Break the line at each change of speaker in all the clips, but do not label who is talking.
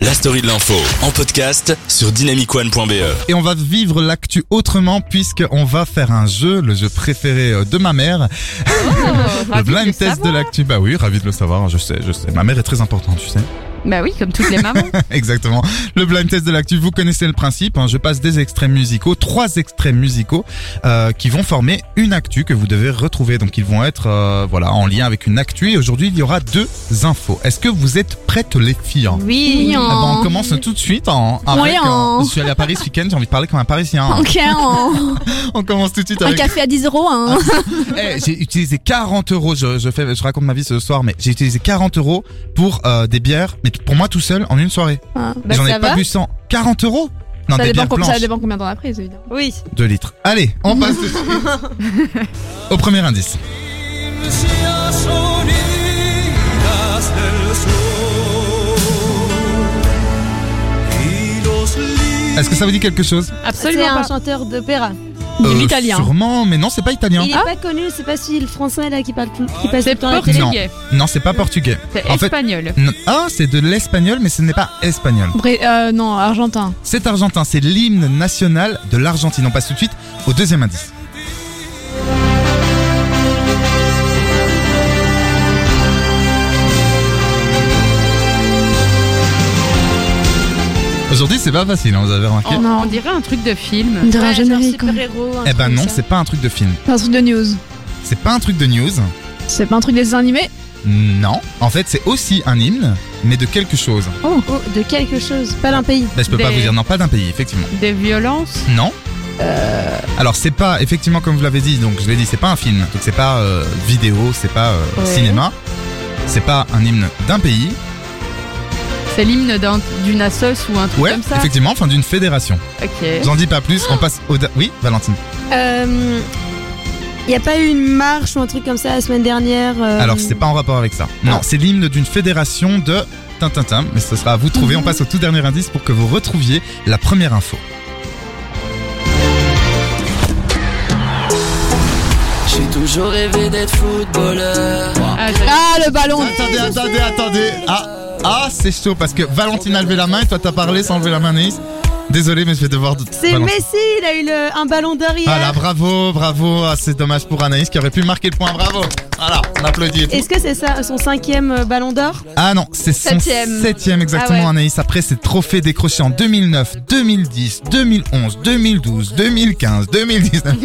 La story de l'info en podcast sur dynamicone.be.
Et on va vivre l'actu autrement puisqu'on va faire un jeu, le jeu préféré euh, de ma mère, le
Oh, Ravi de
blind test de
savoir.
l'actu. Bah oui, ravi de le savoir, je sais, je sais. Ma mère est très importante, tu sais.
Bah oui, comme toutes les mamans.
Exactement. Le blind test de l'actu, vous connaissez le principe. hein. Je passe des extraits musicaux, trois extraits musicaux euh, qui vont former une actu que vous devez retrouver. Donc ils vont être euh, voilà en lien avec une actu. Et aujourd'hui, il y aura deux infos. Est-ce que vous êtes prêtes, les filles
Oui.
Ah bah, on commence tout de suite en. avec,
hein.
euh, je suis allé à Paris ce week-end, j'ai envie de parler comme un Parisien. hein.
Ok, un,
On commence tout de suite
un
avec.
café à 10 euros. Hein.
Eh, j'ai utilisé 40 euros. Je, je fais, je raconte ma vie ce soir, mais j'ai utilisé 40 euros pour euh, des bières, mais pour moi tout seul en une soirée.
Ah,
Et
Bah,
J'en ai
ça
pas
va.
bu 100. 40 euros Non,
ça,
des
dépend
bières
com- ça
blanches,
dépend combien t'en as pris, évidemment.
Oui.
2 litres. Allez, on passe tout de suite au premier indice.
Las orillas del sur y los lírios
Est-ce que ça vous dit quelque chose
C'est
Absolument
un
pas.
chanteur d'opéra.
Euh,
L'italien.
Sûrement, mais non, c'est pas italien.
Il
Ah.
est pas connu, c'est pas celui le français là qui parle tout,
Ah.
qui passe tout
C'est
le temps à la télé.
Non.
portugais.
Non, c'est pas portugais.
C'est
En fait-
espagnol.
Non. Ah, c'est de l'espagnol, mais ce n'est pas espagnol.
Bré- euh, non, argentin.
C'est argentin, c'est l'hymne national de l'Argentine. On passe tout de suite au deuxième indice. Aujourd'hui, c'est pas facile, hein, vous avez remarqué.
On,
Non.
on dirait un truc de film.
De un générique. quoi.
eh ben non, c'est pas un truc de film.
C'est un truc de news.
C'est pas un truc de news.
C'est pas un truc des animés.
Non. En fait, c'est aussi un hymne, mais de quelque chose.
Oh, de quelque chose, pas d'un pays.
Ben, je peux pas
Des-
vous dire, non, pas d'un pays, effectivement.
Des violences.
Non. Euh. Alors c'est pas effectivement comme vous l'avez dit, donc je l'ai dit, c'est pas un film, donc c'est pas euh, vidéo, c'est pas euh,
Ouais.
cinéma, c'est pas un hymne d'un pays.
C'est l'hymne d'un- d'une assoce ou un truc
Ouais,
comme ça.
effectivement, enfin d'une fédération.
Ok.
J'en dis pas plus, on passe au da- oui, Valentine.
Euh, y a pas eu une marche ou un truc comme ça la semaine dernière euh,
Alors c'est pas en rapport avec ça.
Ah.
Non, c'est l'hymne d'une fédération de Tintintin, mais ce sera à vous de trouver. On passe au tout dernier indice pour que vous retrouviez la première info.
J'ai toujours rêvé d'être footballeur.
Ah, je-
Ah, le ballon.
Attendez, attendez, attendez. Ah, ah, c'est chaud parce que Valentine a levé la main et toi t'as parlé sans lever la main, Anaïs. Désolé, mais je vais devoir.
C'est
Valentine.
Messi, il a eu le- un ballon d'arrière.
Voilà, bravo, bravo. Ah, c'est dommage pour Anaïs qui aurait pu marquer le point. Bravo. Voilà, on applaudit. et tout.
Est-ce que c'est ça, son cinquième euh, ballon d'or
Ah non, c'est son
Septième.
septième exactement,
Ah ouais.
Anaïs. Après ses trophées décrochés en 2009, 2010, 2011, 2012, 2015, 2019.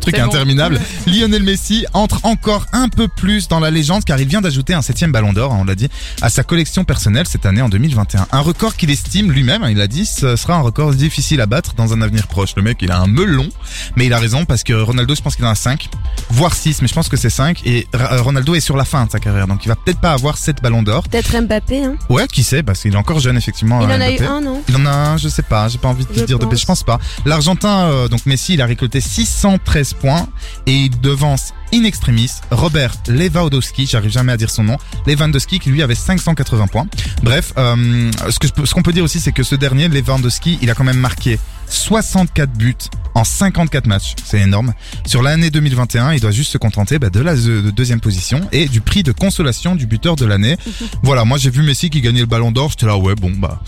Truc
C'est bon.
interminable. Lionel Messi entre encore un peu plus dans la légende car il vient d'ajouter un septième ballon d'or, hein, on l'a dit, à sa collection personnelle cette année en 2021. Un record qu'il estime lui-même, hein, il a dit, ce sera un record difficile à battre dans un avenir proche. Le mec, il a un melon, mais il a raison parce que Ronaldo, je pense qu'il en a 5, voire 6, mais je pense que c'est 5. Et Ra- euh, Ronaldo est sur la fin de sa carrière, donc il va peut-être pas avoir 7 ballons d'or.
Peut-être Mbappé. Hein.
Ouais, qui sait, parce qu'il est encore jeune, effectivement.
Il en a
Mbappé.
eu un, non
Il en a un, je sais pas, j'ai pas envie de
Je
dire de bêtises, je pense pas. L'Argentin, euh, donc Messi, il a récolté 613 points et il devance in extremis Robert Lewandowski, j'arrive jamais à dire son nom, Lewandowski qui lui avait 580 points. Bref, euh, ce que je peux- ce qu'on peut dire aussi c'est que ce dernier, Lewandowski, il a quand même marqué 64 buts en 54 matchs, c'est énorme. Sur l'année 2021, il doit juste se contenter bah, de la ze- de deuxième position et du prix de consolation du buteur de l'année. voilà, moi j'ai vu Messi qui gagnait le Ballon d'Or, j'étais là ouais bon bah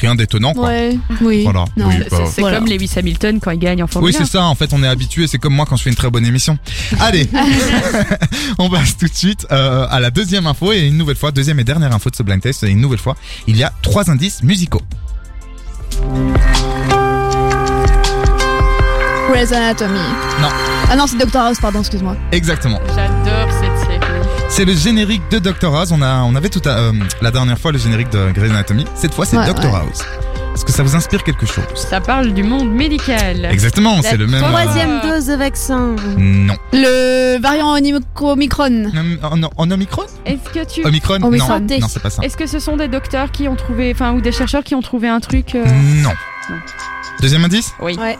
rien d'étonnant quoi.
Ouais.
Ah.
Oui.
Voilà.
Non.
Oui,
C'est-
bah,
c'est c'est
Voilà.
comme Lewis Hamilton quand il gagne en Formule
oui, c'est ça. En fait, on est habitué. C'est comme moi quand je fais une très bonne émission. Allez, on passe tout de suite euh, à la deuxième info et une nouvelle fois, deuxième et dernière info de ce blind test. Et une nouvelle fois, il y a trois indices musicaux.
Grey's Anatomy.
Non.
Ah non, c'est Dr House, pardon, excuse-moi.
Exactement.
1. J'adore cette série.
C'est le générique de Doctor House. On a, on avait tout à, euh, la dernière fois le générique de Grey's Anatomy. Cette fois, c'est
Ouais,
Doctor House. Est-ce que ça vous inspire quelque chose
Ça parle du monde médical.
Exactement. C'est le même. euh,
Troisième dose de vaccin.
Non.
Le variant Omicron.
Hum, En, en Omicron
Est-ce que tu
Omicron.
Omicron.
Non, non, c'est pas ça.
est-ce que ce sont des docteurs qui ont trouvé, enfin, ou des chercheurs qui ont trouvé un truc euh,
Non.
Non.
Deuxième indice
Oui.
Ouais.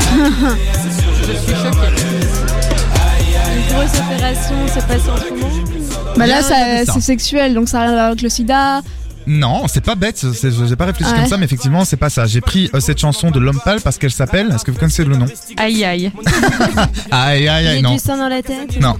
Je suis choquée.
Une grosse opération se passe en ce moment.
Bah là,
Bien,
ça-
ça.
c'est sexuel, donc ça a rien à voir avec le sida.
Non, c'est pas bête, c'est- j'ai pas réfléchi
Ouais.
comme ça, mais effectivement, c'est pas ça. J'ai pris euh, cette chanson de L'Homme Pâle parce qu'elle s'appelle, est-ce que vous connaissez le nom
Aïe aïe.
Aïe aïe aïe,
J'ai
Eh non.
du sang dans la tête.
Non,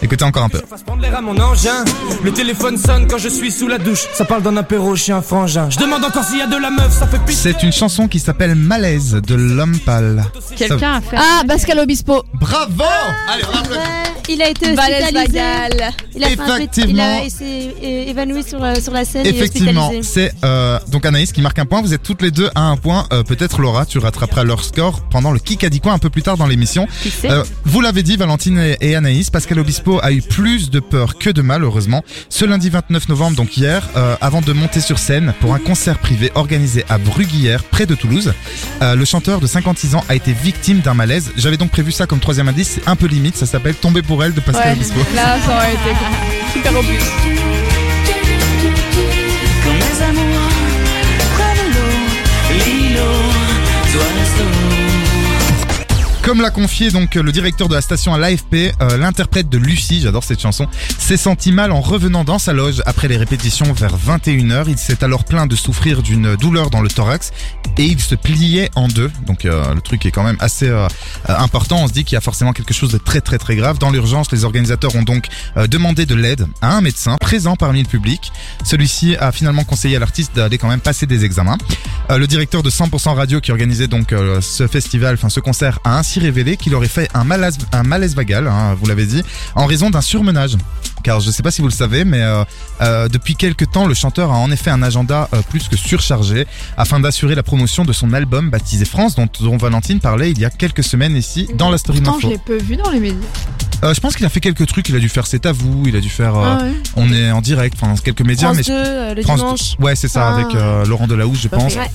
écoutez encore un peu.
Je fasse prendre l'air à mon engin. Le téléphone sonne quand je suis sous la douche. Ça parle d'un apéro chez un frangin. Je demande encore s'il y a de la meuf, ça fait pitié.
C'est une chanson qui s'appelle Malaise de L'Homme Pâle. Ça-
Quelqu'un a fait.
Ah, Pascal Obispo.
Bravo Allez, on applaudit.
Ouais, il a été
Valès
hospitalisé.
Vagal.
Il a fait un petit- il
Effectivement.
a- il s'est é- évanoui sur, euh, sur la scène
Effectivement,
et hospitalisé.
c'est euh, donc Anaïs qui marque un point. Vous êtes toutes les deux à un point. Euh, Peut-être Laura, tu rattraperas leur score pendant le kick à 10 coins un peu plus tard dans l'émission.
Qui c'est
Euh, vous l'avez dit, Valentine et- et Anaïs, Pascal Obispo a eu plus de peur que de mal, heureusement. Ce lundi 29 novembre, donc hier, euh, avant de monter sur scène pour un concert privé organisé à Bruguière, près de Toulouse, euh, le chanteur de 56 ans a été victime d'un malaise. J'avais donc prévu ça comme troisième indice, c'est un peu limite, ça s'appelle Tomber pour elle de Pascal
Ouais.
Obispo.
Là, ça aurait été super obus.
Quand mes amours prennent l'eau, l'îlot doit rester.
Comme l'a confié donc le directeur de la station à l'AFP, euh, l'interprète de Lucie, j'adore cette chanson, s'est senti mal en revenant dans sa loge après les répétitions vers 21h. Il s'est alors plaint de souffrir d'une douleur dans le thorax et il se pliait en deux. Donc euh, le truc est quand même assez euh, euh, important. On se dit qu'il y a forcément quelque chose de très très très grave. Dans l'urgence, les organisateurs ont donc euh, demandé de l'aide à un médecin présent parmi le public. Celui-ci a finalement conseillé à l'artiste d'aller quand même passer des examens. Euh, le directeur de 100% Radio qui organisait donc euh, ce festival, enfin ce concert, a ainsi révélé qu'il aurait fait un malaise, un malaise vagal, hein, vous l'avez dit, en raison d'un surmenage. Car je ne sais pas si vous le savez, mais euh, euh, depuis quelques temps, le chanteur a en effet un agenda euh, plus que surchargé afin d'assurer la promotion de son album baptisé France, dont, dont Valentine parlait il y a quelques semaines ici dans la story
Pourtant, je
Info.
l'ai peu vu dans les médias.
Euh, je pense qu'il a fait quelques trucs, il a dû faire C'est à vous, il a dû faire euh,
Ah ouais.
On est en direct, enfin quelques médias,
France
mais
2, euh, le
France deux.
dimanche.
Ouais, c'est ça,
Ah.
avec euh, Laurent Delahousse, je pense.
Ouais.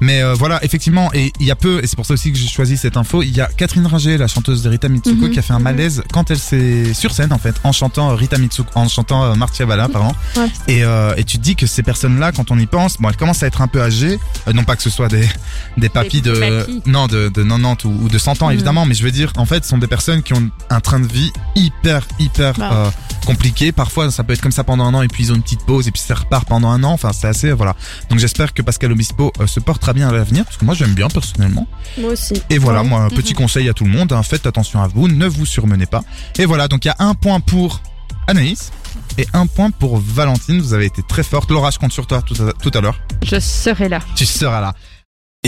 Mais euh, voilà, effectivement, et il y a peu, et c'est pour ça aussi que j'ai choisi cette info, il y a Catherine Ringer, la chanteuse de Rita Mitsuko,
Mhm.
qui a fait un malaise quand elle s'est sur scène en fait, en chantant euh, Rita Mitsuko, en chantant euh, Marcia Balla, pardon.
Ouais.
Et, euh, et tu te dis que ces personnes-là, quand on y pense, bon, elles commencent à être un peu âgées, Euh, non pas que ce soit des des papis de
papis.
non de, de 90 ou, ou de 100 ans évidemment, mais je veux dire, en fait, ce sont des personnes qui ont un train de vie hyper hyper
Bah.
euh, compliqué. Parfois, ça peut être comme ça pendant un an, et puis ils ont une petite pause, et puis ça repart pendant un an. Enfin, c'est assez voilà. Donc j'espère que Pascal Obispo euh, se portera bien à l'avenir, parce que moi j'aime bien personnellement.
Moi aussi.
Et voilà, moi, un petit conseil à tout le monde, hein, faites attention à vous, ne vous surmenez pas. Et voilà, donc il y a un point pour Anaïs et un point pour Valentine, vous avez été très forte. Laura, je compte sur toi tout à, tout à l'heure,
Je serai là.
tu seras là.